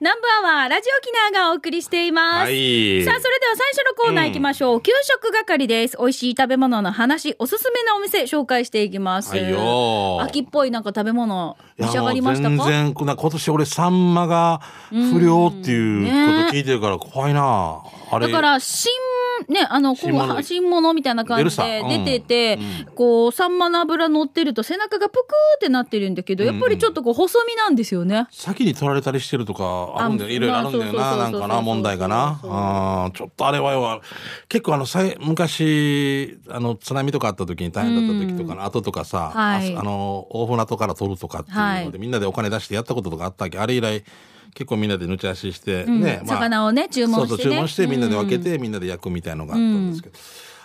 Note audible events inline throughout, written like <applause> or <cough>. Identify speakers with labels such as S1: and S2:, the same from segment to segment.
S1: 南部アワーラジオキナーがお送りしています。
S2: はい。
S1: さあ、それでは最初のコーナー行きましょう。給食係です。美味しい食べ物の話、おすすめなお店紹介していきます。
S2: はいよ
S1: 秋っぽいなんか食べ物
S2: いや
S1: 召し上がりました
S2: もう
S1: か
S2: 全然、な今年俺、サンマが不良っていうこと聞いてるから怖いな。あれ。
S1: だから、新、ね、あの、こう、
S2: 新物
S1: は新物みたいな感じで
S2: 出るさう
S1: 出
S2: ん
S1: てて、こう、サンマの油乗ってると背中がぷくーってなってるんだけど、やっぱりちょっとこう、細身なんですよね。
S2: 先に取られたりしてるとかあるんだよ。
S1: あ
S2: いろいろあるんだよ
S1: まあ
S2: な。なん
S1: そうそうそう
S2: かな、問題がな。
S1: そうそう
S2: うんちょっとあれはよ、結構あの、さい昔、あの、津波とかあった時に大変だった時とかの後とかさ、あ
S1: はい
S2: あの、大船渡から取るとかっていう
S1: は
S2: ので、
S1: い
S2: みんなでお金出してやったこととかあったわけ。あれ以来、結構みんなでぬちゃしして、
S1: うん
S2: ね、まあ
S1: 魚をね、注文して、ね。
S2: そうそう注文してみんなで分けてみんなで焼くみたいのがあったんですけど、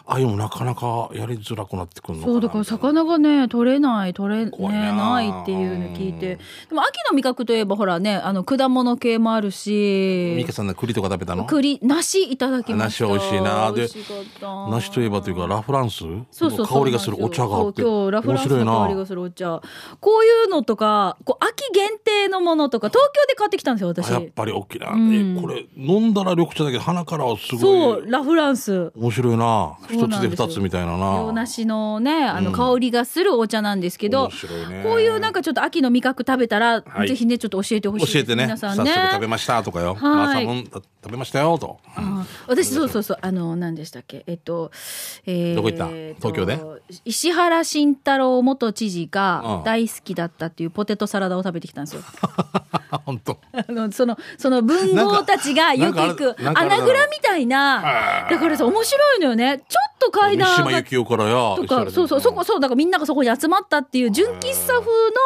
S2: ああいうのもなかなかやりづらくなってくるのかな
S1: そうだから
S2: みたいな
S1: 魚がね取れない取れね
S2: 怖いなあ
S1: ないっていうの聞いてでも秋の味覚といえばほらねあの果物系もある
S2: ミ
S1: し
S2: カさんね栗とか食べたの
S1: 栗梨いただきました
S2: 梨美味しいな
S1: 美
S2: で
S1: 味しかった
S2: 梨といえばというかラ・フランスの
S1: そうそう
S2: 香りがするお茶があって
S1: そう今日ラフランスの香りが
S2: 面
S1: するお茶こういうのとかこう秋限定のものとか東京で買ってきたんですよ
S2: 白いなあやっ
S1: 私
S2: ぱり大きな、
S1: うん
S2: えこれ飲んだら緑茶だけど鼻からはす
S1: そ
S2: ご
S1: う
S2: い
S1: ラフランス
S2: 面白いな
S1: そう
S2: 一
S1: な
S2: つ
S1: ん
S2: で
S1: ですよ
S2: 二つみたいなな
S1: 洋梨のねあの
S2: うん
S1: 香りがするお茶なんですけど、
S2: 面白いね
S1: こういうなんかちょっと秋の味覚食べたら、
S2: はい
S1: ぜひねちょっと教えてほしいです
S2: 教えてね
S1: 皆さん
S2: 早
S1: ね
S2: 速食べましたとかよ、
S1: はい
S2: 朝もん食べましたよと、
S1: あ私そうそうそうあの何でしたっけえっと、えー
S2: どこ行った
S1: えっと
S2: 東京で
S1: 石原慎太郎元知事
S2: う
S1: が
S2: ん
S1: 大好きだったっていうポテトサラダを食べてきたんですよ <laughs>
S2: あ <laughs> 本当
S1: あのそのその文豪たちがよく行く
S2: なんかなんかあれ
S1: 穴蔵みたいなだからさ面白いのよねちょっと階
S2: 三
S1: 段
S2: 島
S1: 上が
S2: 由
S1: っ
S2: 紀夫からや
S1: とかそうそうそこそうだからみんながそこに集まったっていう純喫茶風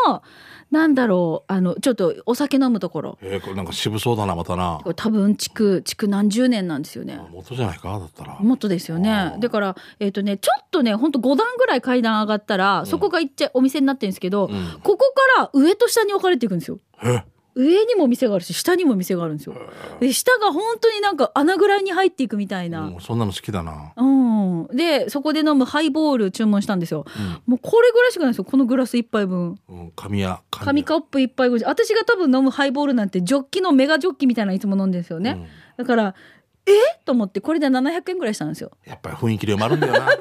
S1: のなんだろうあのちょっとお酒飲むところ
S2: えー、これなんか渋そうだなまたな
S1: これ多分築築何十年なんですよね。
S2: 元じゃないかだったら
S1: もっとですよね。だから、えっ、とね、ちょっとね、ほんと5段ぐらい階段上がったら、そこがいっちゃお店になってるんですけど、
S2: ん
S1: ここから上と下に分かれていくんですよ。
S2: え
S1: 上にも店があるし、下にも店があるんですよ。で、下が本当になんか穴ぐらいに入っていくみたいな
S2: も。うそんなの好きだな
S1: うん。で、そこで飲むハイボール注文したんですよ。もうこれぐらいしかないですよ。このグラス1杯分。
S2: うん神谷
S1: 紙
S2: 谷
S1: カップ一杯分私が多分飲むハイボールなんてジョッキのメガジョッキみたいなのいつも飲んでるんですよね、
S2: う
S1: だ
S2: ん
S1: からえと思ってこれで700円ぐらいしたんですよ
S2: やっぱり雰囲気で埋まるんだよな
S1: だか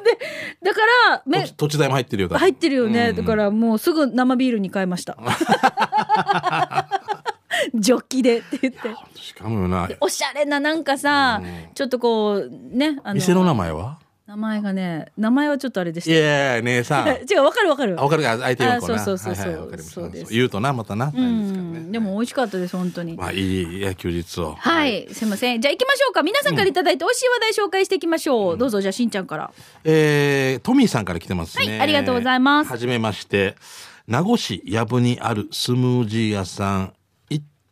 S1: らめ
S2: 土地土地代も入ってるよだ
S1: 入ってるよね、
S2: うん
S1: だからもうすぐ生ビールに変えましたジョッキでって言って
S2: しかもよな
S1: おしゃれななんかさ、
S2: うん
S1: ちょっとこうねあ
S2: 店の名前は
S1: 名前がね名前はちょっとあれでし
S2: い
S1: た
S2: やいや姉さん
S1: <laughs> 違うわかるわかる
S2: あわかるか相手
S1: あ
S2: はこうな
S1: そうそうそうそう
S2: はいはいわかりました
S1: そうです
S2: 言うとなまたな、
S1: う
S2: なんですからね
S1: んでも美味しかったです本当に
S2: まあいい野球日を
S1: はい、すいませんじゃあ行きましょうか皆さんからいただいて美味しい話題紹介していきましょう、どうぞじゃあしんちゃんから
S2: えー、トミーさんから来てますね。
S1: はいありがとうございます
S2: はじめまして。名護市藪にあるスムージー屋さん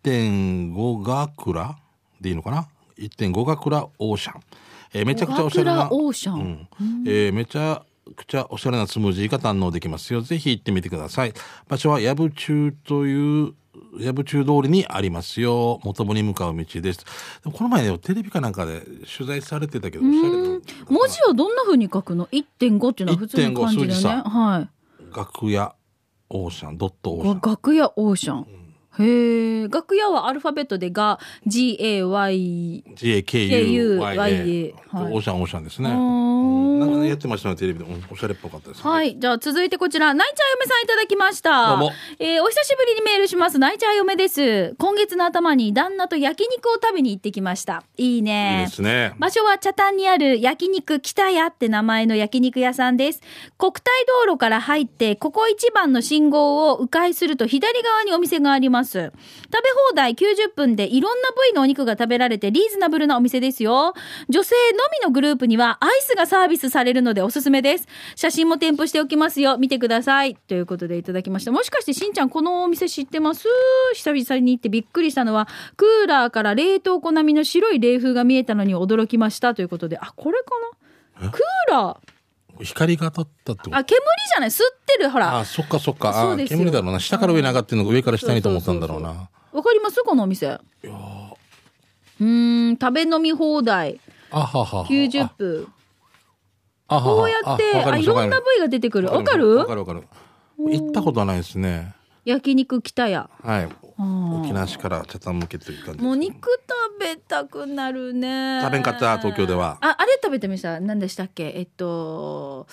S2: 1.5がくらでいいのかな ?1.5 がくらオーシャン。えーめちゃくちゃおしゃれ
S1: 小
S2: な。
S1: 倉オーシャン
S2: うんえーめちゃくちゃおしゃれなスムージーが堪能できますよ。ぜひ行ってみてください。場所は藪中という藪中通りにありますよ。元部に向かう道です。でもこの前ね、テレビかなんかで取材されてたけど、おしゃれな。
S1: 文字をどんな風に書くの1.5っていうのは普通の漢字だよ
S2: 1.5数字
S1: ね
S2: さ
S1: はい
S2: 楽屋オーシャンドットオーシャ
S1: が
S2: ン
S1: 楽屋オーシャン、へえ楽屋はアルファベットでが GAY
S2: GAKUYA
S1: はい
S2: オーシャンオーシャンですね
S1: あー
S2: うんなんかねやってましたねテレビでうんおしゃれっぽかったですね
S1: はい。じゃあ続いてこちら、ナイチャー嫁さんいただきました。
S2: どうも
S1: えーお久しぶりにメールします。ナイチャー嫁です。今月の頭に旦那と焼肉を食べに行ってきました。いいね。
S2: いいですね
S1: 場所は茶炭にある焼肉北屋って名前の焼肉屋さんです。国体道路から入って、ここ一番の信号を迂回すると左側にお店があります。食べ放題90分でいろんな部位のお肉が食べられてリーズナブルなお店ですよ。女性のみのグループにはアイスがサービスされるのでおすすめです。写真も添付しておきますよ。見てください。ということでいただきました。もしかしてしんちゃんこのお店知ってます久々に行ってびっくりしたのは、クーラーから冷凍庫並みの白い冷風が見えたのに驚きましたということで、あ、これかなクーラ
S2: 光が当たったってこ
S1: ー。
S2: と
S1: あ、煙じゃない吸ってる、ほら。
S2: あ
S1: わ
S2: そっかそっか
S1: そう
S2: あ
S1: ですよ
S2: 煙だろうな下から上に上がってるのが上から下にと思ったんだろう
S1: そう
S2: な
S1: かりますこのお店。うーん、食べ飲み放題、
S2: あはは
S1: 90分。
S2: あはは
S1: こうやって、
S2: わか
S1: あ、
S2: り
S1: い
S2: ました
S1: ろんな部位が出てくる。わ
S2: わ
S1: か
S2: わか
S1: る
S2: るわかる行ったことはないですね
S1: 焼肉北屋。
S2: はい
S1: うん
S2: 沖縄市から北谷向けという感じ
S1: もう肉食べたくなるね
S2: 食べんかった東京では
S1: ああれ食べてみました何でしたっけえっと、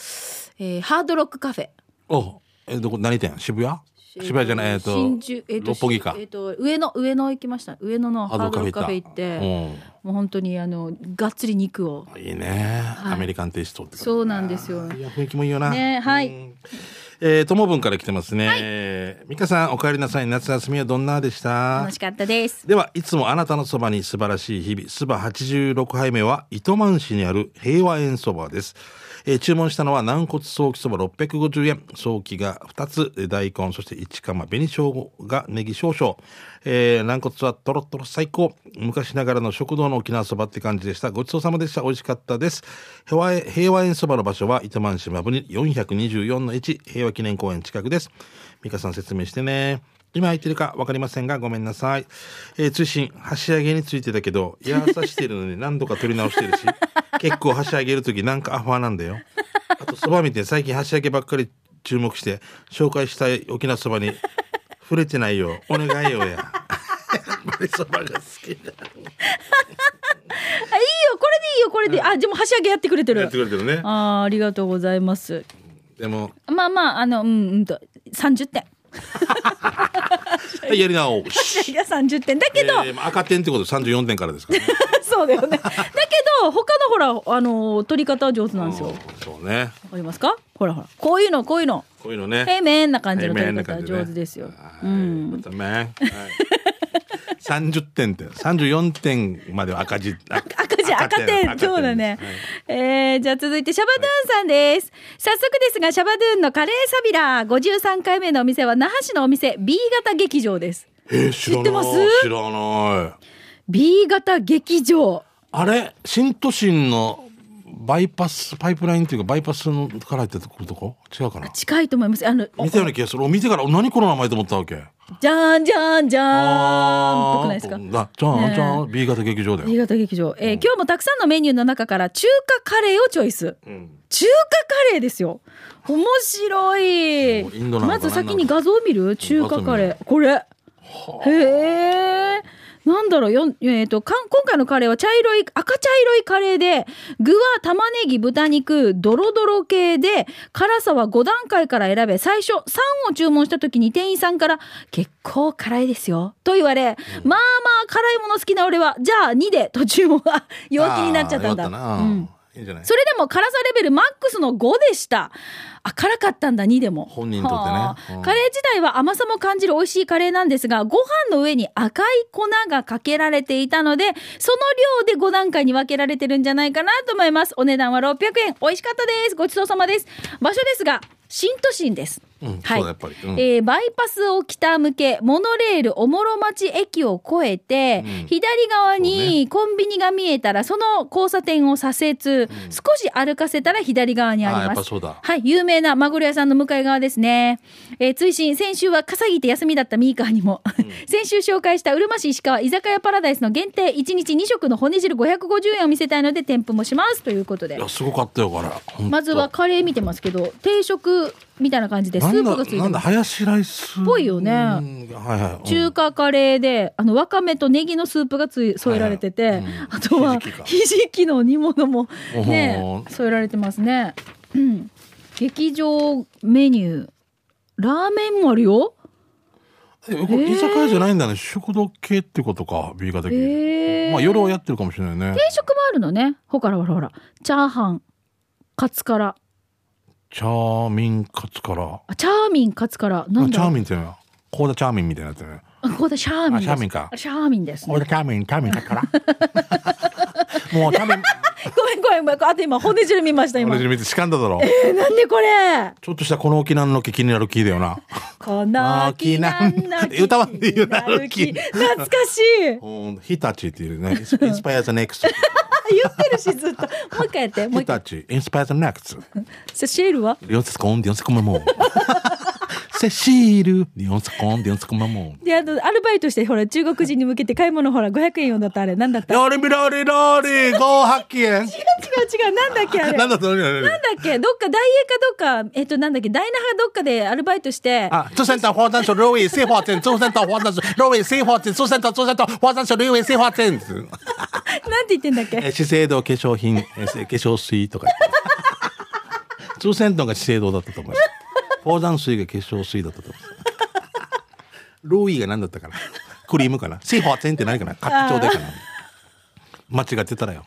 S1: えーハードロックカフェ
S2: おえどこ何店渋谷渋谷じゃないえっと
S1: 新宿、えっと
S2: 六本木か
S1: えっと上野上野行きました上野のハ
S2: ハ
S1: ー
S2: ードロッ
S1: ド
S2: ク
S1: ロックカ
S2: カ
S1: フ
S2: フ
S1: ェ
S2: ェ
S1: 行
S2: 行
S1: っ、
S2: ってうん
S1: もう本当にあのがっつり肉を
S2: いいね、
S1: はい
S2: アメリカンテイストって感じ
S1: そうなんですよ
S2: いや雰囲気もいいよな
S1: ねはい
S2: うんえー、ともぶんから来てますね、えー美香さんお帰りなさい夏休みはどんなでした
S1: 楽しかったです
S2: ではいつもあなたのそばに素晴らしい日々そば86杯目は糸満市にある平和園そばです、えー注文したのは軟骨早期そば650円早期が2つえー大根そして一釜紅生姜ネギ少々、えー軟骨はトロトロ最高昔ながらの食堂の沖縄そばって感じでしたごちそうさまでした美味しかったです平和平和園そばの場所は糸満市まぶに424の1平和記念公園近くです美香さん説明してね今空いてるか分かりませんがごめんなさい、えー通信箸上げについてだけどやらさしてるのに <laughs> 何度か取り直してるし結構箸上げる時なんかアファなんだよあとそば見て最近箸上げばっかり注目して紹介したい沖縄そばに触れてないよお願いよややっぱりそばが好きだ
S1: あいいよこれでいいよこれで、あでも箸上げやってくれてる
S2: やってくれてるね
S1: あーありがとうございます
S2: でも
S1: まあまああのうんうんと30点
S2: <laughs> はいやり直し
S1: 箸上げは30点だけど、
S2: えーまあ赤点ってことで34点からですからね
S1: <laughs> そうだよねだけど他のほらあの取り方は上手なんですよわ
S2: うんそうね
S1: かりますかほらほらこういうのこういうの
S2: こういうのね
S1: 平面な感じ
S2: 平
S1: の
S2: 面
S1: 取
S2: な
S1: り方は
S2: 感じ
S1: 上手ですよ、う
S2: うん。ま
S1: ん
S2: たね。はい。30点って34点までは赤字
S1: <laughs>
S2: 赤
S1: 赤字赤点そうだね、えーじゃあ続いてシャバドゥーンさんです、早速ですがシャバドゥーンのカレーサビラー53回目のお店は那覇市のお店 B 型劇場です
S2: えー知ら
S1: 知ってま
S2: な
S1: す
S2: い知らない
S1: B 型劇場
S2: あれ新都心のバイパスパイプラインっていうかバイパスのから入ってくるとこ違うかな
S1: 近いと思いますあの
S2: 見たような気がするお見てからお何この名前と思ったわけ
S1: じゃんじゃんじゃんっぽくないですか
S2: だじゃ
S1: ね
S2: ん
S1: え
S2: じゃん B 型劇場だ
S1: B
S2: よ
S1: 型劇場、えー今日もたくさんのメニューの中から中華カレーをチョイス
S2: うん
S1: 中華カレーですよ面白い
S2: そうインドなのか
S1: ま
S2: な
S1: ず先に画像を見る中華カレーこれへえなんだろうよんえー、とかん今回のカレーは茶色い赤茶色いカレーで具は玉ねぎ豚肉ドロドロ系で辛さは5段階から選べ最初3を注文した時に店員さんから「結構辛いですよ」と言われ、まあまあ辛いもの好きな俺はじゃあ2でと注文は弱気になっちゃったんだ。
S2: あーよかな
S1: うん
S2: いいんじゃない
S1: それでも辛さレベルマックスの5でした。あ、辛かったんだ、2でも。
S2: 本人にとってね
S1: はあ
S2: うん
S1: カレー自体は甘さも感じる美味しいカレーなんですが、ご飯の上に赤い粉がかけられていたので、その量で5段階に分けられてるんじゃないかなと思います。お値段は600円。美味しかったです。ごちそうさまです。場所ですが、新都心です。
S2: うん
S1: はい
S2: そうだやっぱりうん
S1: えーバイパスを北向けモノレールおもろ町駅を越えて、
S2: うん
S1: 左側
S2: そう
S1: にコンビニが見えたらその交差点を左折、少し歩かせたら左側にあり
S2: あーやっ
S1: ま
S2: ぱ
S1: す
S2: そうだ
S1: はい有名なマグロ屋さんの向かい側ですね、えー追伸先週は稼ぎて休みだったミーカーにも、 <laughs> 先週紹介したうるま市石川居酒屋パラダイスの限定1日2食の骨汁550円を見せたいので添付もしますということで
S2: いやすごかったよこれほんと
S1: まずはカレー見てますけど定食みたいな感じでス
S2: な
S1: ー
S2: ん
S1: プ
S2: だ
S1: がついて
S2: な
S1: ま
S2: ん
S1: す
S2: だハヤシライスっ
S1: ぽいよね
S2: はいはいうん
S1: 中華カレーで、あのわかめとネギのスープがつい添えられてて、
S2: はいはいうん
S1: <laughs> あとは
S2: ひじきか
S1: ひじきの煮物も
S2: おほ
S1: ね添えられてますね、うん、劇場メニューラーメンもあるよ
S2: えこれ居酒屋じゃないんだね、食堂系ってことか B 型系、
S1: へー
S2: まあ夜はやってるかもしれないね
S1: 定食もあるのねほからほらほらチャーハンカツカラ
S2: チャーミンカツから
S1: あチャーミンカツカラな
S2: あ
S1: ん
S2: チ
S1: だ
S2: ャー
S1: ろう
S2: ミンっていうのコーダチャーミンみたいになってるね
S1: あここでシャーミンです
S2: あシャーミンか
S1: シャーミンです
S2: コーダチャーミンチャーミンカツから
S1: <laughs>
S2: もうチャ
S1: ごめ
S2: ーミン
S1: んごめんごめんあと今骨汁見ました今
S2: 俺に見てしかんだだろ
S1: えなんでこ
S2: <laughs>
S1: れ
S2: ちょっとしたこの沖縄の木気になる木だよな
S1: この気なんだ気
S2: 歌わんで言うなる気
S1: 懐かしい
S2: うんヒタチっていう
S1: <laughs>
S2: ねインスインスパイアザネクスト
S1: 言ってるしずっともう一回や
S2: <laughs>
S1: ってもう
S2: ヒ
S1: 一回
S2: タチインスパイアザネクスト
S1: シェールは
S2: 両手込んで四つ込むもん。 <laughs> セシール、日本サコン、日本サコンマモン。
S1: で、あの、アルバイトして、ほら、中国人に向けて買い物、ほら、500円用だったあれ、なん
S2: <laughs>
S1: だった違う
S2: ロリビロリロリ、ゴーハッキエン。
S1: 違う違う、なんだっけあれ。
S2: <laughs> な
S1: なんんだ
S2: だったの
S1: っけどっか、大英かどっか、えっと、なんだっけ、大那覇どっかでアルバイトして、
S2: 啊，中山岛花山水六味西花镇，中山岛花山水六味西花镇，中山岛中山岛花山水六味西花镇。
S1: なんて言ってんだっけ
S2: え資生堂化粧品、え化粧水とか。中山道が資生堂だったと思います。宝山水が化粧水だったと思います。ローイが何だったかな。クリームかな。西花鎮って何かな。拡張でかな。間違ってたらよ。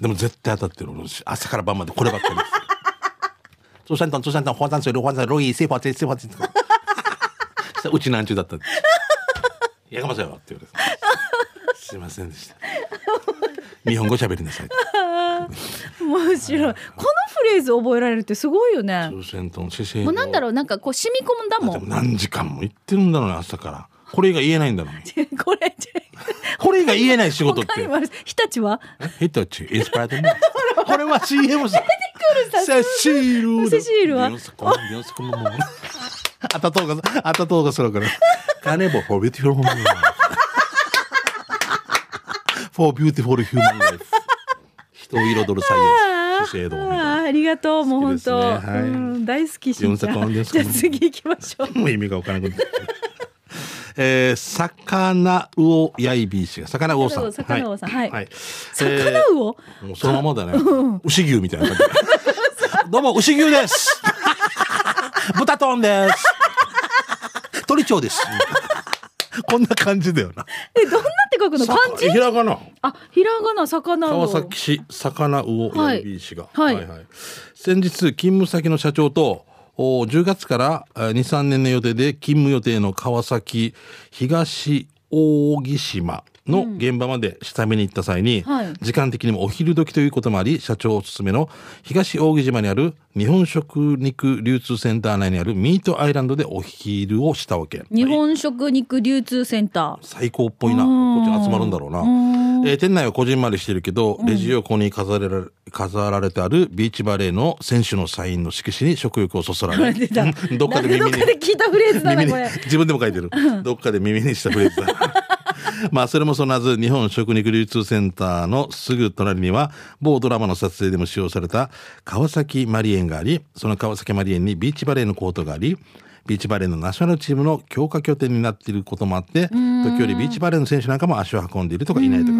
S2: でも絶対当たってる。俺朝から晩までこればっかりです。中山道中山道花山水六花山水ロイ西花鎮西花鎮。したらうちなんちゅうだったんです。やかましいわって言われて。すいませんでした。日本語喋りなさい。
S1: 面白い。このフレーズ覚えられるってすごいよね。
S2: 朝鮮との姿勢
S1: もうなんだろう、なんかこう、染み込んだも
S2: でも
S1: ん。
S2: 何時間も言ってるんだろうね、朝から。これが言えないんだろうね。
S1: <laughs> これ、
S2: これが言えない仕事っ
S1: 他に
S2: て
S1: も。ある。日立は
S2: えヒットチ、インスパイアドミーこれは CM さ。セシール。
S1: セシールは
S2: ビヨンセコンビヨンセコンももうあたとうが、あたとうがそろから。カネボ、フォービューティフルホームライフ。フォービューティフルヒューマンライフ。人を彩るサイエンス。資生堂みたいな。
S1: あーありがとう、もう本当、
S2: 好きですねはい
S1: うん大好きしんちゃ
S2: 四作ある
S1: ん。
S2: ん
S1: <laughs> じ
S2: ですか
S1: ゃあ次行きましょう。
S2: もう意味がわからなくなってきたえー、魚魚やいびー氏が魚魚さん。
S1: 魚魚さんはい
S2: 魚
S1: 魚魚
S2: もうそのままだね。牛牛みたいな感
S1: <laughs>
S2: じ。どうも牛牛です。豚トンです。鳥
S1: <laughs>
S2: 鳥です。こんな感じだよな。
S1: え、どんなって書くの漢字
S2: ひらがな。
S1: あ、ひらがな、魚魚。
S2: 川崎市魚魚
S1: は
S2: や
S1: い
S2: いびー氏が、
S1: はい
S2: 先日勤務先の社長とお10月から23年の予定で勤務予定の川崎東扇島の現場まで下見に行った際に、
S1: はい
S2: 時間的にもお昼時ということもあり社長おすすめの東扇島にある日本食肉流通センター内にあるミートアイランドでお昼をしたわけ
S1: 日本食肉流通センター。
S2: 最高っぽいな
S1: うん
S2: こっち集まるんだろうな、えー店内はこじんまりしてるけどレジ横に飾れられ飾られてあるビーチバレーの選手のサインの色紙に食欲をそそられ
S1: 出た。なん
S2: うん <laughs> どっかで耳
S1: どっ
S2: に
S1: かで聞いたフレーズだ
S2: <laughs> 耳
S1: な、
S2: に
S1: これ。
S2: 自分でも書いてるどっかで耳にしたフレーズだ <laughs> まあそれもそのはず日本食肉流通センターのすぐ隣には某ドラマの撮影でも使用された川崎マリエンがありその川崎マリエンにビーチバレーのコートがありビーチバレーのナショナルチームの強化拠点になっていることもあって時折ビーチバレーの選手なんかも足を運んでいるとかいないとか、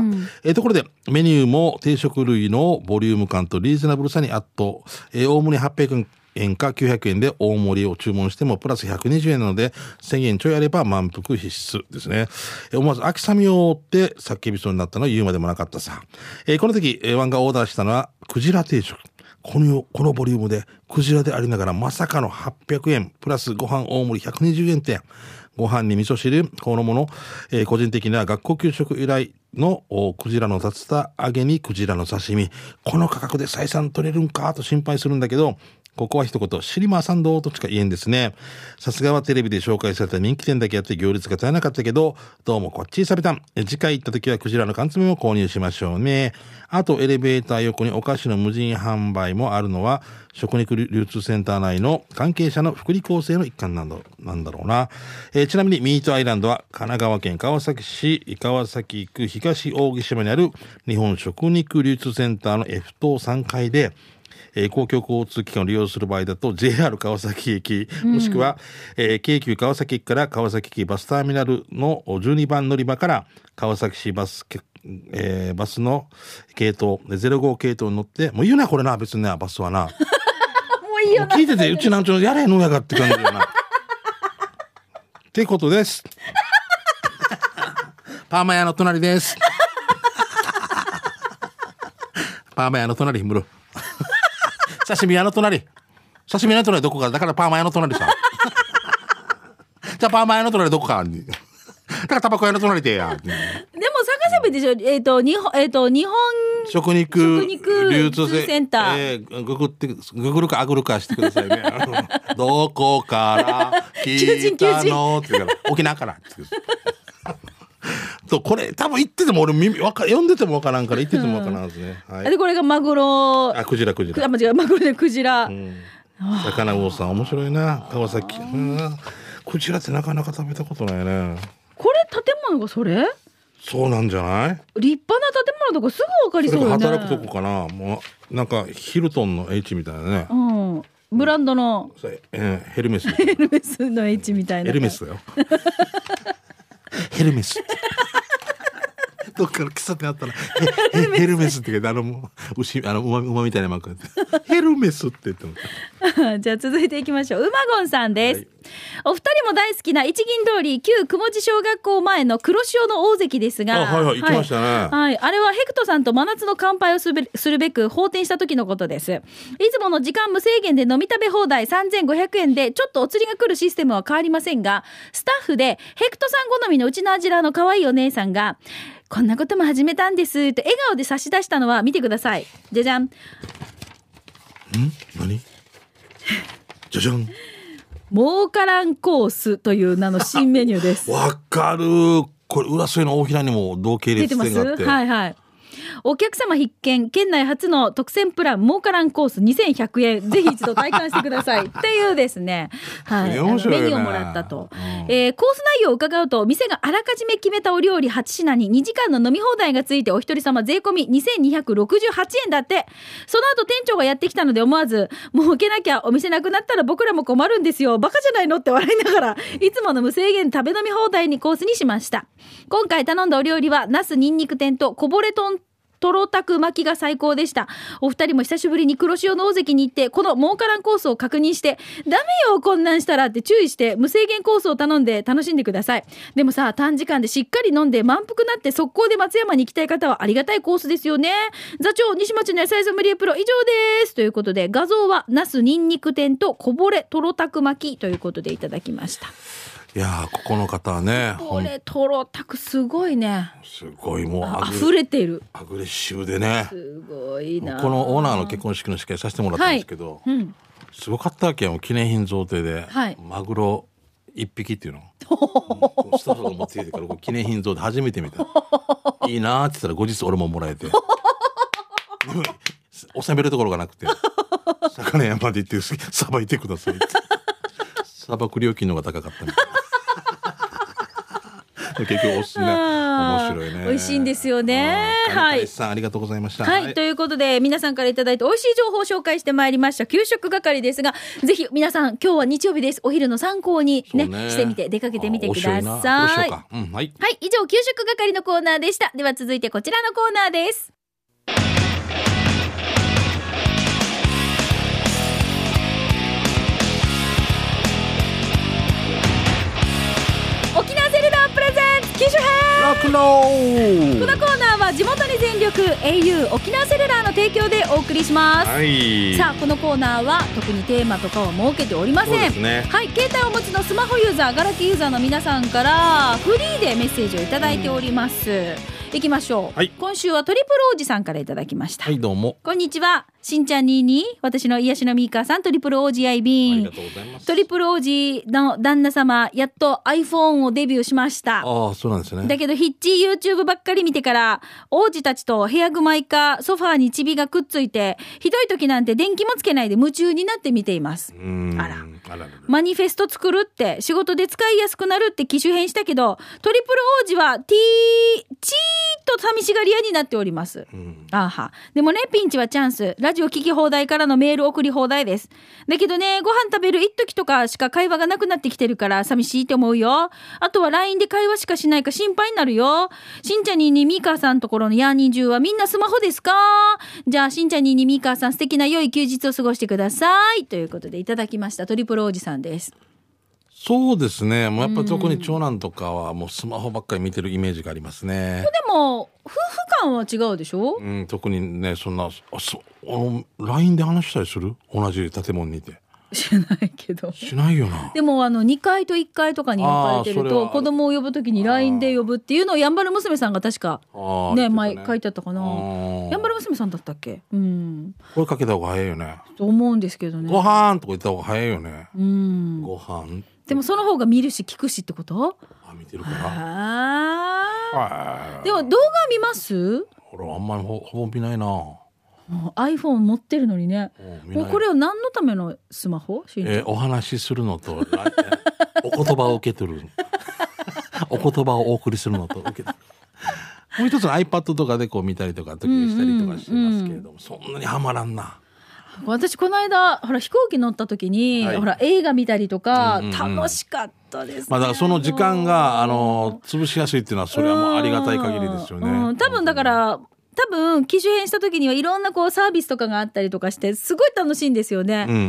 S2: えーところでメニューも定食類のボリューム感とリーズナブルさに圧倒えーおおむね800円円か900円で大盛りを注文してもプラス120円なので1000円ちょいあれば満腹必須ですね。え思わず秋雨を追って叫びそうになったのは言うまでもなかったさ。えーこの時、えーワンがオーダーしたのはクジラ定食。この、このボリュームでクジラでありながらまさかの800円プラスご飯大盛り120円店。ご飯に味噌汁、このもの、えー個人的には学校給食以来のおクジラの竜田揚げにクジラの刺身。この価格で採算取れるんかと心配するんだけど、ここは一言、シリマーサンドとしか言えんですね。さすがはテレビで紹介された人気店だけやって行列が絶えなかったけど、どうもこっちサビタン。え次回行った時はクジラの缶詰も購入しましょうね。あとエレベーター横にお菓子の無人販売もあるのは、食肉流通センター内の関係者の福利厚生の一環なんだなんだろうな、えーちなみにミートアイランドは神奈川県川崎市川崎区東扇島にある日本食肉流通センターの F 棟3階で、えー公共交通機関を利用する場合だと JR 川崎駅、もしくは、えー京急川崎駅から川崎駅バスターミナルの12番乗り場から川崎市バスけ、えーバスの系統で05系統に乗ってもう言うなこれな別になバスはな
S1: もういい
S2: <laughs>
S1: よな。
S2: 聞いててうちなんちゅうのやれへんのやがって感じだなってこと <laughs> ですパーマ屋の隣ですパーマ屋の隣ムロ刺身屋の隣刺身屋の隣どこかだからパーマ屋の隣 <laughs> さじゃあパーマ屋の隣どこかにだからタバコ屋の隣でや
S1: でも探せばいいでしょ。えっと、日本、えっと、日本、
S2: 食肉
S1: 食肉流通センター
S2: えーググってググるかアグるかしてくださいね
S1: <laughs>
S2: あのどこから聞いたのって言うから沖縄からって
S1: <laughs>
S2: 言うとこれ多分言ってても俺耳わか読んでてもわからんから言っててもわからんですね、は
S1: あ
S2: い
S1: で、これがマグロ、
S2: あクジラクジ
S1: くあ、
S2: ラ
S1: 間違え、マグロでクジラ。
S2: 魚魚魚さん面白いな川崎うんこちらってなかなか食べたことないね
S1: これ建物がそれ
S2: そうなんじゃない
S1: 立派な建物とかすぐ分かり
S2: そ
S1: そ
S2: れ
S1: う
S2: が
S1: よね
S2: 働くとこかなもうなんかヒルトンの H みたいなね
S1: うんブランドの <laughs>
S2: それえーヘルメス
S1: ヘ
S2: ヘ
S1: ルメスの H みたいな
S2: ルメスだよヘルメスどっから喫茶店あったら「ええヘルメス」って言ってあのもう牛あの馬馬みたいなマークやってヘルメスって言っても
S1: <laughs> じゃあ続いていきましょう。うまごんさんです。
S2: はい
S1: お二人も大好きな一銀通り旧久保地小学校前の黒潮の大関ですが。
S2: あはいはい行きましたね
S1: はい。あれはヘクトさんと真夏の乾杯をすべするべく放天した時のことです。いつもの時間無制限で飲み食べ放題3500円で、ちょっとお釣りが来るシステムは変わりませんが、スタッフでヘクトさん好みのうちのアジラーの可愛いお姉さんが、こんなことも始めたんですと笑顔で差し出したのは見てください。じゃじゃん。
S2: 何じゃじゃん
S1: 儲からんコースという名の新メニューで
S2: <laughs>
S1: す。
S2: わかるこれ浦添の大平にも同系
S1: 出
S2: 列
S1: てます
S2: 店があって
S1: はいはい。お客様必見、県内初の特選プラン、儲からんコース2100円、ぜひ一度体感してください。っていうですね、はい、あの
S2: 面
S1: メニ
S2: 白いよね
S1: ューをもらったと、
S2: うん
S1: えーコース内容を伺うと、店があらかじめ決めたお料理8品に2時間の飲み放題がついて、お一人様税込み2268円だって。その後店長がやってきたので思わず、もう受けなきゃお店なくなったら僕らも困るんですよ。バカじゃないのって笑いながら、いつもの無制限食べ飲み放題にコースにしました。今回頼んだお料理は、ナスニンニク天とこぼれとんとろたく巻きが最高でした。お二人も久しぶりに黒潮の大関に行って、この儲からんコースを確認して、ダメよ、こんなんしたらって注意して、無制限コースを頼んで楽しんでください。でもさ、短時間でしっかり飲んで満腹になって速攻で松山に行きたい方はありがたいコースですよね。座長、西町の野菜ソムリエプロ以上です。ということで、画像は、ナスニンニク店とこぼれとろたく巻きということでいただきました。
S2: いやーここの方はね
S1: こ
S2: ほん
S1: れ、とろたくすごいね。
S2: すごいもうアグ
S1: 溢れている。
S2: アグレッシブでね
S1: すごいな。
S2: このオーナーの結婚式の司会させてもらったんですけど、
S1: うん。
S2: すごかったわけよ記念品贈呈で、
S1: はい
S2: マグロ一匹ってい
S1: <laughs>
S2: うのスタッフが持ってきてからこれ記念品贈呈初めて
S1: <laughs>
S2: 見たいいなーって言ったら後日俺ももらえて収めるところがなくて魚屋まで行ってさばいてくださいってさばく料金の方が高かったみたいな結局おすすめ面
S1: あー
S2: 白いね
S1: 美味しいんですよね
S2: うん
S1: はい
S2: 金田一さんありがとうございました
S1: はい、ということで皆さんからいただいて美味しい情報を紹介してまいりました給食係ですがぜひ皆さん今日は日曜日ですお昼の参考にね
S2: そう
S1: してみて出かけてみてくだ
S2: あ面白などう
S1: さ
S2: し
S1: い
S2: ようかうん、はい。
S1: はい以上給食係のコーナーでしたでは続いてこちらのコーナーです沖縄セルラープレゼンツ機種編
S2: ロックンロー
S1: このコーナーは地元に全力 au 沖縄セルラーの提供でお送りします、
S2: はい。
S1: さあこのコーナーは特にテーマとかは設けておりませ
S2: そうで
S1: ん
S2: すね。
S1: はい携帯をお持ちのスマホユーザーガラケーユーザーの皆さんからフリーでメッセージをいただいております、いきましょう、
S2: はい
S1: 今週はトリプルおじさんからいただきました、
S2: はい、どうも。
S1: こんにちはしんちゃんにーにー私の癒しのミーカーさんトリプル OGI ビ
S2: あ
S1: ー
S2: り
S1: ン
S2: がとうございます。
S1: トリプル OG の旦那様やっと iPhone をデビューしました
S2: ああ、そうなんですね。
S1: だけどヒッチ YouTube ばっかり見てから王子たちと部屋グマイカソファーにチビがくっついてひどい時なんて電気もつけないで夢中になって見ています
S2: うーん。
S1: あら
S2: あららら
S1: マニフェスト作るって仕事で使いやすくなるって機種変したけどトリプル王子はティーチーっと寂しがり屋になっております
S2: うん。
S1: あーはでもねピンチはチャンスラジオ聞き放題からのメール送り放題ですだけどねご飯食べる一時とかしか会話がなくなってきてるから寂しいと思うよあとは LINE で会話しかしないか心配になるよしんちゃんにーにみーかーさんところのヤーニー中はみんなスマホですかじゃあしんちゃんにーにみーかーさん素敵な良い休日を過ごしてくださいということでいただきましたトリプルおじさんです
S2: そうですね。もうやっぱ特に長男とかはもうスマホばっかり見てるイメージがありますね。
S1: でも夫婦間は違うでしょ <laughs>
S2: うん、特にね、そんな、あ、そう、あの、LINE で話したりする同じ建物にいて。
S1: しないけど
S2: しないよな。
S1: でもあの2階と1階とかに分かれてる
S2: あーそれ
S1: と
S2: は
S1: 子供を呼ぶときに LINE で呼ぶっていうのをやんばる娘さんが確か
S2: ああ
S1: ね前書いてあったかな
S2: あー
S1: やんばる娘さんだったっけうん
S2: 声かけた方が早いよね。
S1: と思うんですけど
S2: ご
S1: ね
S2: 飯とか言った方が早いよね。
S1: うん
S2: ご飯
S1: でもその方が見るし聞くしってこと
S2: あ、見てるから。
S1: あ
S2: はい
S1: ーでも動画見ます
S2: 俺あんまりほほぼ見ないな。
S1: もう iPhone 持ってるのにね
S2: お見
S1: も
S2: な
S1: う
S2: い
S1: これを何のためのスマホしんちゃん
S2: えーお話しするのと、 <laughs> あえーお言葉を受け取る。 <laughs> お言葉をお送りするのと受け取る。もう一つの iPad とかでこう見たりとか、時にしたりとかしてますけれども、そんなにはまらんな。
S1: 私この間ほら飛行機乗った時に、
S2: はい
S1: ほら映画見たりとか、
S2: うんうんうん
S1: 楽しかったです、ね、
S2: まあだからその時間が、あの、潰しやすいっていうのは、それはもうありがたい限りですよ
S1: うんう
S2: ね
S1: ん。多分だから多分機種変した時にはいろんなこうサービスとかがあったりとかしてすごい楽しいんですよね。
S2: うんうんう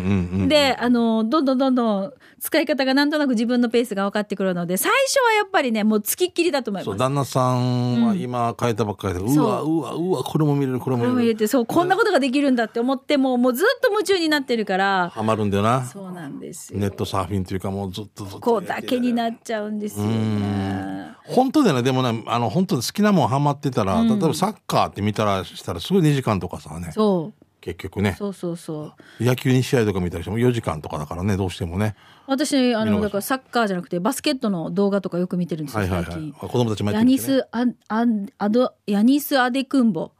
S2: ん。
S1: であのどんどんどんどん使い方がなんとなく自分のペースが分かってくるので最初はやっぱりねもうつきっきりだと思い
S2: そう、
S1: ます。
S2: 旦那さんは今変えたばっかりで、うわ、うわ、うわ、これも見れる、これ
S1: これ
S2: も
S1: も
S2: 見
S1: 入
S2: れ
S1: れ
S2: る。
S1: てそうこんなことができるんだって思ってもうもうずっと夢中になってるから
S2: はまるんだよな。
S1: そうなんですよ。
S2: ネットサーフィンというか、もうずっとずっと。
S1: こうだけになっちゃうんですよね。
S2: 本当だよねでもねあの本当に好きなもんハマってたら、例えばサッカーって見たらしたらすごい2時間とかさね
S1: そう
S2: 結局ね
S1: そうそうそう。
S2: 野球2試合とか見たりしても4時間とかだからねどうしてもね
S1: 私あ
S2: 見逃し
S1: のだからサッカーじゃなくてバスケットの動画とかよく見てるんですよ、
S2: はいはい
S1: 最
S2: はい
S1: 近。
S2: 子供たちもや
S1: ヤ
S2: って
S1: ニ
S2: みて、ね、
S1: スアアアドヤニスアデクン
S2: <laughs>
S1: ボ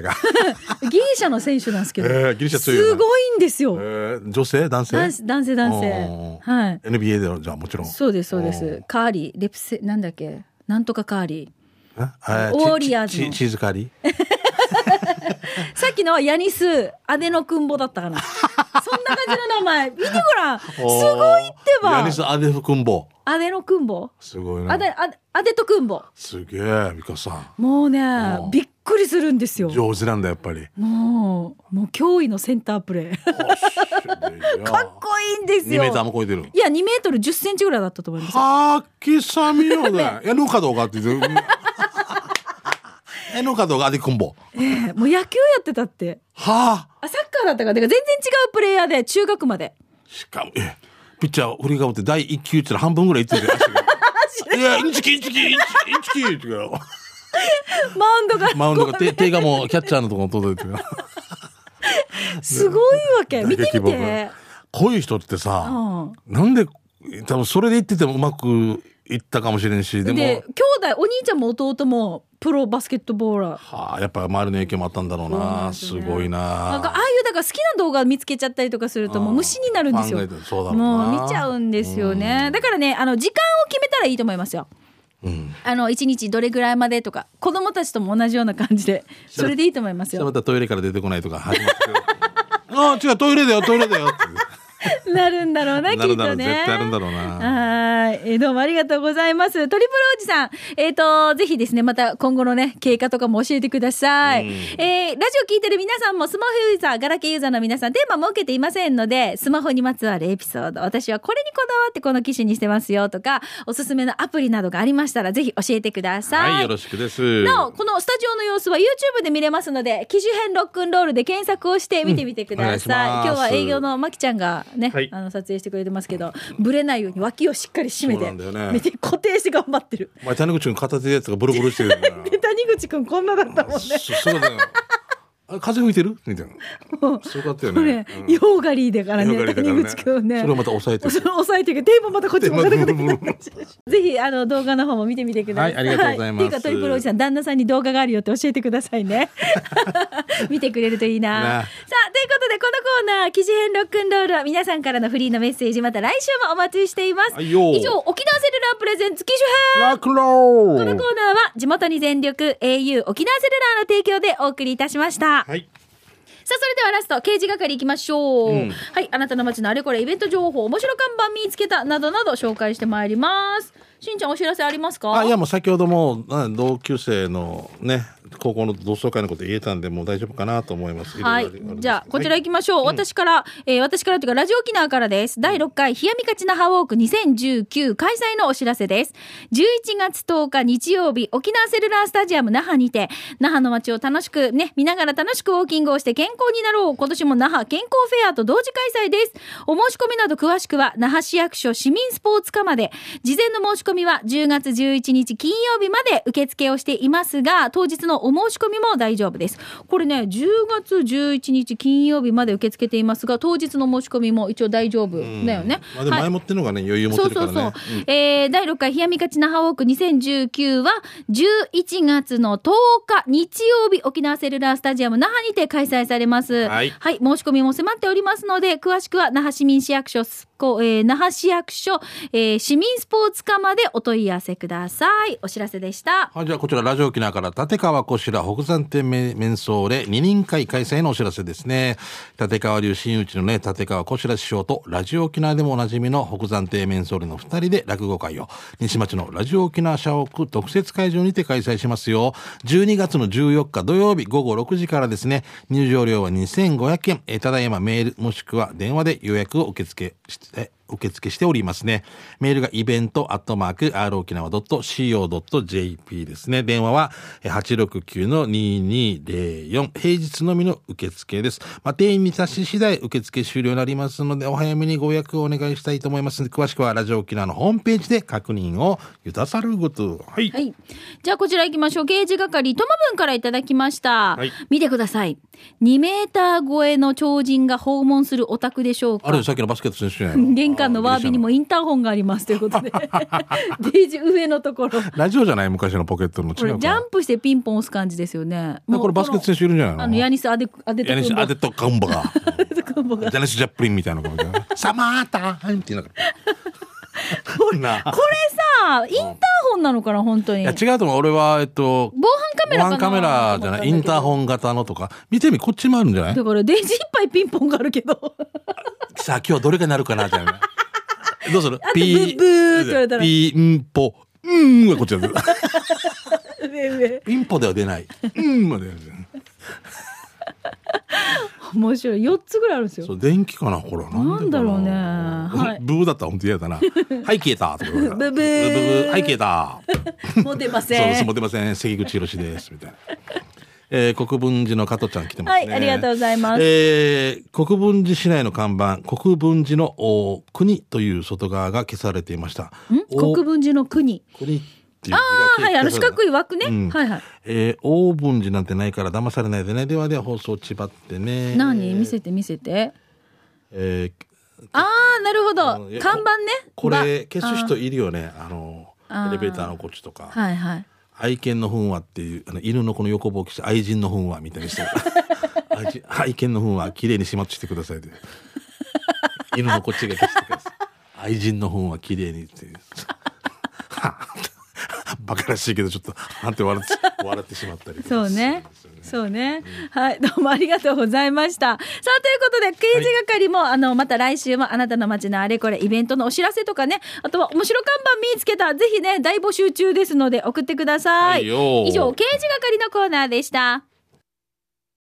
S1: <laughs>
S2: が、
S1: ギリシャの選手なんですけど、
S2: えーギリシャ強いよ
S1: す
S2: ね
S1: ごいんです
S2: え
S1: よ。
S2: ー女性男性
S1: 男子男性男
S2: お
S1: 性
S2: ー
S1: はい。
S2: NBA ではじゃあもちろん
S1: そうですそうで
S2: お
S1: す
S2: ー。
S1: カーリーレプセなんだっけなんとかカーリ
S2: えー
S1: ウォーリアーズの
S2: チチチーズカリー
S1: ー。さっきのはヤニスアデノクンボだったか
S2: <laughs>
S1: な。そんな感じの名前。見てごらん。すごいって
S2: おー
S1: ば
S2: ヤニ。ス・アデフ君ボ
S1: アデノクンボ。
S2: すごい
S1: アデ
S2: ね
S1: アデアデトクンボ。
S2: すげえ美香さ
S1: もうね
S2: ん
S1: びっくりするんですよ
S2: ん。上手なんだやっぱり
S1: <laughs> もうもう驚異のセンタープレー <laughs> かっこいいんです
S2: 2
S1: よ
S2: メーターも超えてる
S1: いや2メートル1 0センチぐらいだったと思います
S2: はきさみよね。えのかどうかって言って。えのかどうかでくんぼ。
S1: ええもう野球やってたって
S2: はあ。
S1: あサッカーだったからだから全然違うプレイヤーで中学まで
S2: しかも、え、ピッチャー振りかぶって第一球打ったら半分ぐらいいってるよ。足がいや、インチキインチキインチキインチキって言うから
S1: マウンドが
S2: マウンドが手手がもうキャッチャーのところに届いてる。
S1: <laughs> すごいわ <laughs> け見て
S2: 打撃
S1: み
S2: 棒
S1: て
S2: がこういう人って
S1: う
S2: さ、
S1: ん
S2: なんで、多分それで言っててもうまくいったかもしれんし、
S1: で
S2: でも、
S1: 兄弟お兄ちゃんも弟もプロバスケットボーラー
S2: はあ、やっぱ周りの影響もあったんだろう
S1: そうなん
S2: な。
S1: です
S2: す
S1: ね
S2: ごい
S1: なんかあ
S2: な。
S1: あいうだから好きな動画見つけちゃったりとかするともう虫になるんですよ
S2: 考えてそうだろうな
S1: もう見ちゃうんですよねだからねあの時間を決めたらいいと思いますよ
S2: うん。
S1: あの1日どれぐらいまでとか子供たちとも同じような感じでそれでいいと思います
S2: じゃあ
S1: よ
S2: ま。たトイレから出てこないとか始まって
S1: <laughs>
S2: くるああ違うトイレだよトイレだよって
S1: なるんだろうなき
S2: な
S1: っ
S2: るだろ
S1: と
S2: う
S1: ね。
S2: 絶対あるんだろう
S1: は
S2: な
S1: ーい、えーどうもありがとうございます。トリプルおじさん、えっ、と、ぜひですね、また今後のね、経過とかも教えてください。
S2: うん
S1: えーラジオ聞いてる皆さんも、スマホユーザー、ガラケーユーザーの皆さん、テーマ設けていませんので、スマホにまつわるエピソード、私はこれにこだわってこの機種にしてますよとか、おすすめのアプリなどがありましたら、ぜひ教えてください。
S2: はいよろしくです
S1: なお、このスタジオの様子は YouTube で見れますので、機種編ロックンロールで検索をして見てみてください。
S2: うんお願いします
S1: 今日は営業のまきちゃんがね、
S2: はい
S1: あの撮影してくれてますけど、ブレないように脇をしっかり締め
S2: そうなん
S1: て、
S2: だよね
S1: 見て固定して頑張ってる。
S2: お前谷口君片手でやつがブルブルしてる
S1: <laughs>
S2: から
S1: で谷口くんこんなだったもんね。
S2: そそうだよあれ風吹いてるみたいなすごかったよ
S1: これ
S2: ね、うん
S1: ヨーガリーだからね、
S2: 広がりだから
S1: 谷口くんね。
S2: それをまた抑えて
S1: それを抑えていく。テーマまたこっちもかなくなっちゃうぜひ、あの、動画の方も見てみてください。
S2: はいありがとうございま
S1: はっ
S2: す
S1: ていうか、トリプルおじさん、旦那さんに動画があるよって教えてください
S2: <laughs>
S1: ね。見てくれるといいな。
S2: な
S1: さあ、ということで、このコーナー、記事編ロックンロールは皆さんからのフリーのメッセージ、また来週もお待ちしています。
S2: はい
S1: 以
S2: よ
S1: 上、沖縄セルラープレゼンツ記事編
S2: ラクロ
S1: この
S2: ー
S1: コーナーは、地元に全力 au 沖縄セルラーの提供でお送りいたしました。
S2: はい
S1: さあ、それではラスト、刑事係行きましょう。
S2: うん
S1: はい、あなたの街のあれこれ、イベント情報、面白看板見つけた、などなど紹介してまいります。しんちゃん、お知らせありますか
S2: あいやもう先ほどもうん同級生のね高校の同窓会のこと言えたんでもう大丈夫かなと思います
S1: はい
S2: ろろあるんですけ。ど
S1: じゃあ、こちら
S2: はい
S1: 行きましょう。私から、えー私からというか、ラジオ沖縄からです。第6回、冷やみかちなハウォーク2019開催のお知らせです。11月10日日曜日、沖縄セルラースタジアム那覇にて、那覇の街を楽しく、ね、見ながら楽しくウォーキングをして健康になろう。今年も那覇健康フェアと同時開催です。お申し込みなど詳しくは、那覇市役所市民スポーツ課まで。事前の申し込みは10月11日金曜日まで受付をしていますが、当日のおお申し込みも大丈夫ですこれね10月11日金曜日まで受け付けていますが当日の申し込みも一応大丈夫だよね、
S2: まあ、でも
S1: はい
S2: 前もってのがね、余裕持って
S1: そう
S2: るか
S1: そ
S2: ら
S1: う
S2: ね。
S1: そう、えー第6回冷やみ勝ち那覇ウォーク2019は11月の10日日曜日沖縄セルラースタジアム那覇にて開催されます
S2: はい
S1: 申し込みも迫っておりますので詳しくは那覇市民市役所すこえー那覇市役所、えー市民スポーツ課までお問い合わせくださいお知らせでした
S2: はい、じゃあこちらラジオ沖縄から立川こしら北山店め面相で二人会開催のお知らせですね。立川流真打ちのね、立川こしら師匠とラジオ沖縄でもおなじみの北山亭面相での二人で落語会を西町のラジオ沖縄社屋特設会場にて開催しますよ。12月の14日土曜日午後6時からですね、入場料は2500円。えーただいまメールもしくは電話で予約を受付して、受付しておりますね。メールがイベントアットマーク r 沖縄 .co.jp ですね。電話はえー869-2204平日のみの受付です。まあ、定員に達し次第受付終了になりますのでお早めにご予約をお願いしたいと思いますので詳しくはラジオ沖縄のホームページで確認をゆたさるごと。はい。
S1: はい。じゃあこちら行きましょう。ゲージ係、トマブンからいただきました。
S2: はい
S1: 見てください。2メーター超えの超人が訪問するお宅でしょうか
S2: あ。れさっきのバスケット選手じゃないの
S1: 玄関のワービにもインターホンがありますということ
S2: <laughs>
S1: で。デージ上のところ。
S2: ラジオじゃない昔のポケット
S1: こ
S2: の違
S1: れ
S2: う
S1: ジャ
S2: か
S1: ンプしてピンポン押す感じですよね。
S2: な。
S1: う
S2: これバスケット選手いるんじゃ
S1: あ
S2: ない
S1: の、
S2: の
S1: ヤニス・アデク、アデト
S2: ヤ
S1: ク
S2: ニス
S1: ンボ
S2: アデットカンバが。
S1: アデトクンボが。
S2: ジャネス・ジャプリンみたいな子がサマータイムって言いながら。なあ
S1: これさ、インターホンなのかな、本当
S2: い
S1: に。
S2: や
S1: 防
S2: 違うと思う。俺は、えっと、
S1: 犯カメラか
S2: 防
S1: な
S2: 犯カメラじゃない、インター
S1: ン。
S2: ホン型のとか。見てみ、こっちもあるんじゃない
S1: だからデージいっぱいピンポンがあるけど。
S2: さあ、今日はどれがなるかな、じゃあ。どうする
S1: とブブーって言われたら
S2: ピーンポ。うんはこっちだ。
S1: 上上
S2: ピンポでは出ない。うんまでやるじゃん。
S1: 面白い。4つぐらいあるんですよ
S2: そ。う、電気かな、これ。
S1: なんだろうね
S2: なんでかな
S1: はい
S2: ブーだったら本当嫌だな。はい、消えた。とか言われ
S1: ブ
S2: た
S1: ブー
S2: ブブはい、消えた。
S1: モテま
S2: そう
S1: せ
S2: です、
S1: ん
S2: モ。テません。関口博です。みたいな。えー、国分寺の加藤ちゃん来てますね。
S1: はいありがとうございます
S2: えー、国分寺市内の看板、国分寺のお国という外側が消されていました。
S1: <laughs>
S2: お
S1: 国分寺の国。
S2: 国っていう字が
S1: ああ、はい、あの四角
S2: い。
S1: い枠ね。
S2: うん
S1: はいはい。
S2: えー、大文寺なんてないから騙されないでね。ではでは放送ちばってね。
S1: 何見せて見せて。
S2: えー、
S1: ああ、なるほど
S2: うんい。や
S1: 看板ね。
S2: こ
S1: ば
S2: れ消す人いるよね。あの、
S1: あー
S2: エレベーターのこっちとか。
S1: はいはい。
S2: 愛犬の糞はっていうあの犬のこの横棒を消して愛人の糞はみたいにして
S1: <laughs>
S2: 愛人愛犬の糞はきれいに始末してくださいって犬のこっちが消してください愛人の糞はきれいにっていう <laughs> バカらしいけどちょっとなんて笑って笑ってしまったりとか
S1: そうね。そうね。はい。どうもありがとうございました。さあ、ということで、刑事係も、あの、また来週もあなたの街のあれこれ、イベントのお知らせとかね、あとは面白看板見つけた、ぜひね、大募集中ですので送ってくださ。
S2: はいいよ
S1: 以上、刑事係のコーナーでした。